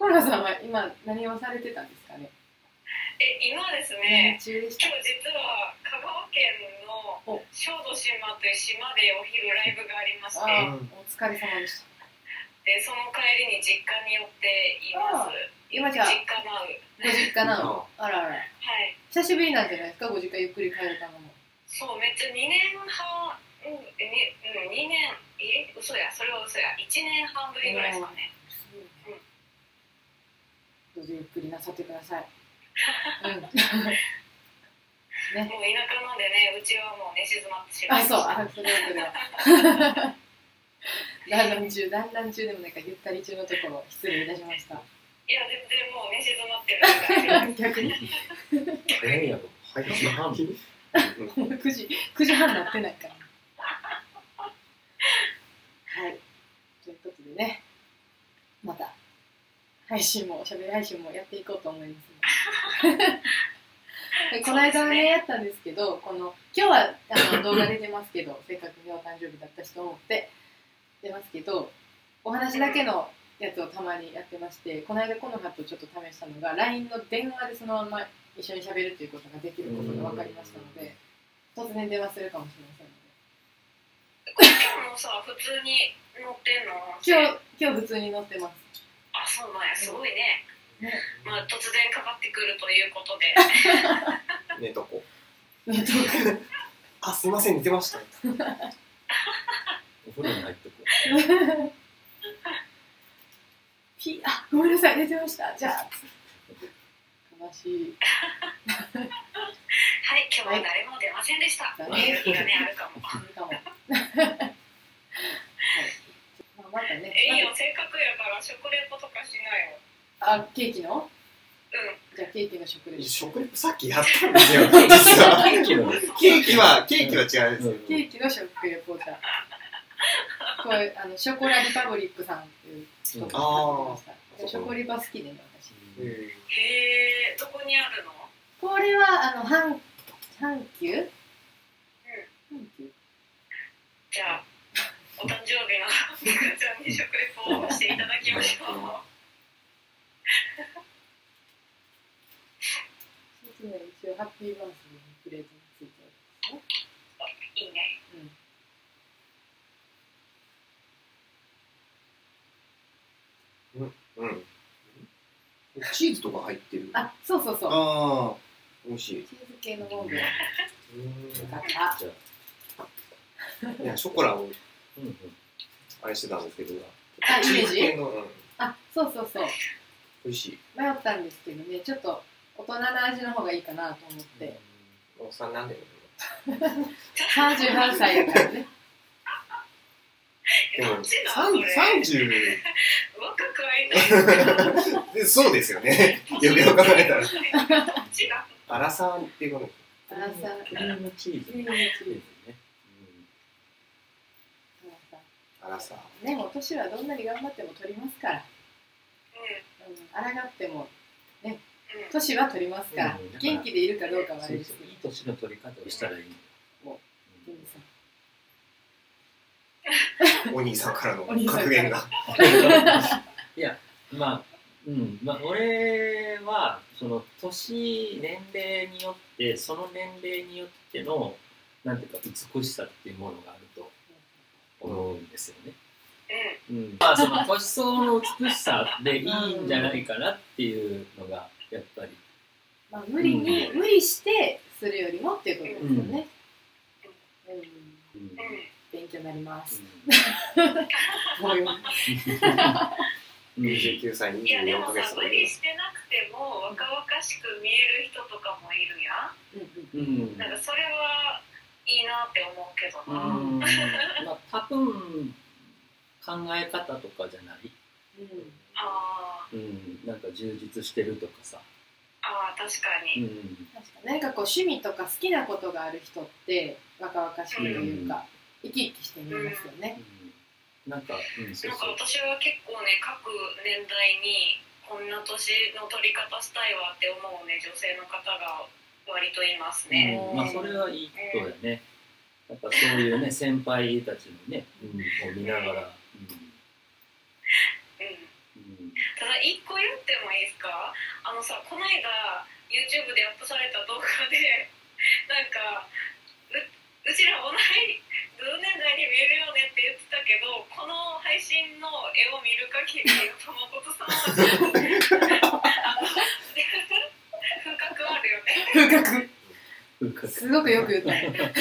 村さんは今何をされてたんですかねえ今です何ね中でし今た日実は香川県のお小豆島という島でお昼ライブがありましあてあお疲れ様でしたでその帰りに実家に寄っています今じゃあ実家なうご実家なのあらあらはい久しぶりなんじゃないですかご実家ゆっくり帰れたのもそうめっちゃ2年半うん、にうん、2年え嘘やそれは嘘や1年半ぶりぐらいですかねすごいねどうぞゆっくりなさってくださいうんもう田舎なんでねうちはもう寝静まってしまあいましそうたあそれはそれは 団らん中団らん中でもなんかゆったり中のところ失礼いたしましたいや全然もう寝静まってる から逆に早いやろ。早い な。 もう9時9時半なってないからはいということでねまた配信もおしゃべり配信もやっていこうと思いますのででこの間はねやったんですけどこの今日はあの動画出てますけどせっかくねお誕生日だったしと思って出ますけどお話だけのやつをたまにやってましてこの間この葉とちょっと試したのが LINE の電話でそのまま一緒に喋るということができることが分かりましたので突然電話するかもしれませんので今日もさ普通に乗ってんの今日今日普通に乗ってますあそうなんやすごいねねまあ突然かかってくるということで寝とこ。ネット ワークあ、すいません、寝てました。お風呂に入っとこう。ピあごめんなさい寝てましたじゃあ悲しいはい今日は誰も出ませんでしたっていう日がねあるかもかも はい、まあ、またねえいいよせっかくやから食レポとかしなよまたあケーキのうんじゃあケーキの食レポ食レポさっきやったんですよ。実はケーキの。ケーキは、ケーキは違うんですよ。ケーキの食レポじゃあこれあのショコラリパブリックさんっていう人が作ってましたショコリパ好きでね私へえどこにあるのこれはあの阪阪急阪急じゃあお誕生日のみかちゃんに食レポをしていただきましょう一応ね一応ハッピーバースデーのプレートについていいねうんうん。うん。チーズとか入ってる。ああそうそうそうあー、美味しい。チーズ系のモンブランよかっじゃいや、ショコラをうんうん。あれしてたんですけど。たあイメージ系の、うんあそうそうそう美味しい。迷ったんですけどねちょっと大人の味の方がいいかなと思っておっさんなんだよ。 38歳だからねでも、どっちだ三それ三十。若くはいないでそうですよね。 よくよく考えたら。どっちだアラサーっていうことアラサークリームチーズ。クリームチーズね。アラサアラサー。ーねもう年はどんなに頑張っても取りますからううん抗ってもんうん年は取りますからうん元気でいるかどうかはあそれうですそうけどいい年の取り方をしたらいい。ジミーさんお兄さんからのお兄さんから格言が。いや、まあ、うん、まあ、俺は、その年、年齢によって、その年齢によっての。なんていうか、美しさっていうものがあると思うんですよね。うん、まあ、その年相応の美しさでいいんじゃないかなっていうのが、やっぱり。まあ、無理に、うん無理してするよりもっていうことですよね。うん、うんうんうん勉強になります。うもうよん二十九歳、二いや十で四もヶさ月無理してなくても若々しく見える人とかもいるやうんうんうんんなんかそれはいいなって思うけどうな、んまあ多分考え方とかじゃない、うんあーうん、なんか充実してるとかさ、あー確かうに、ん、確か何かこう趣味とか好きなことがある人って若々しいというか、生き生きして見えますよね。うんなんか、うん、そうなんかそう私は結構ね各年代にこんな年の取り方したいわって思うね女性の方が割といますね、うんまあそれはいいことだねやっぱそういうね先輩たちのね、うん、を見ながうんら、うんうん、ただ一個言ってもいいですかあのさこの間 YouTube でアップされた動画で なんかううちら同い同年代に見えるよねって言ってたけどこの配信の絵を見る限り玉本さんは あの 風格あるよね 風格風格すごくよく言ったね、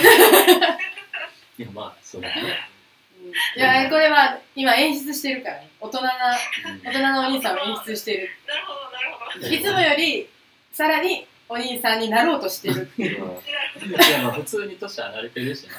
いやまあそうだね、 うんいやこれは今演出してるからね大人なうん大人のお兄さんを演出してるなるほどなるほどいつもよりさらにお兄さんになろうとしてるっていううんなるほどいやまあ普通に年離れてるしね、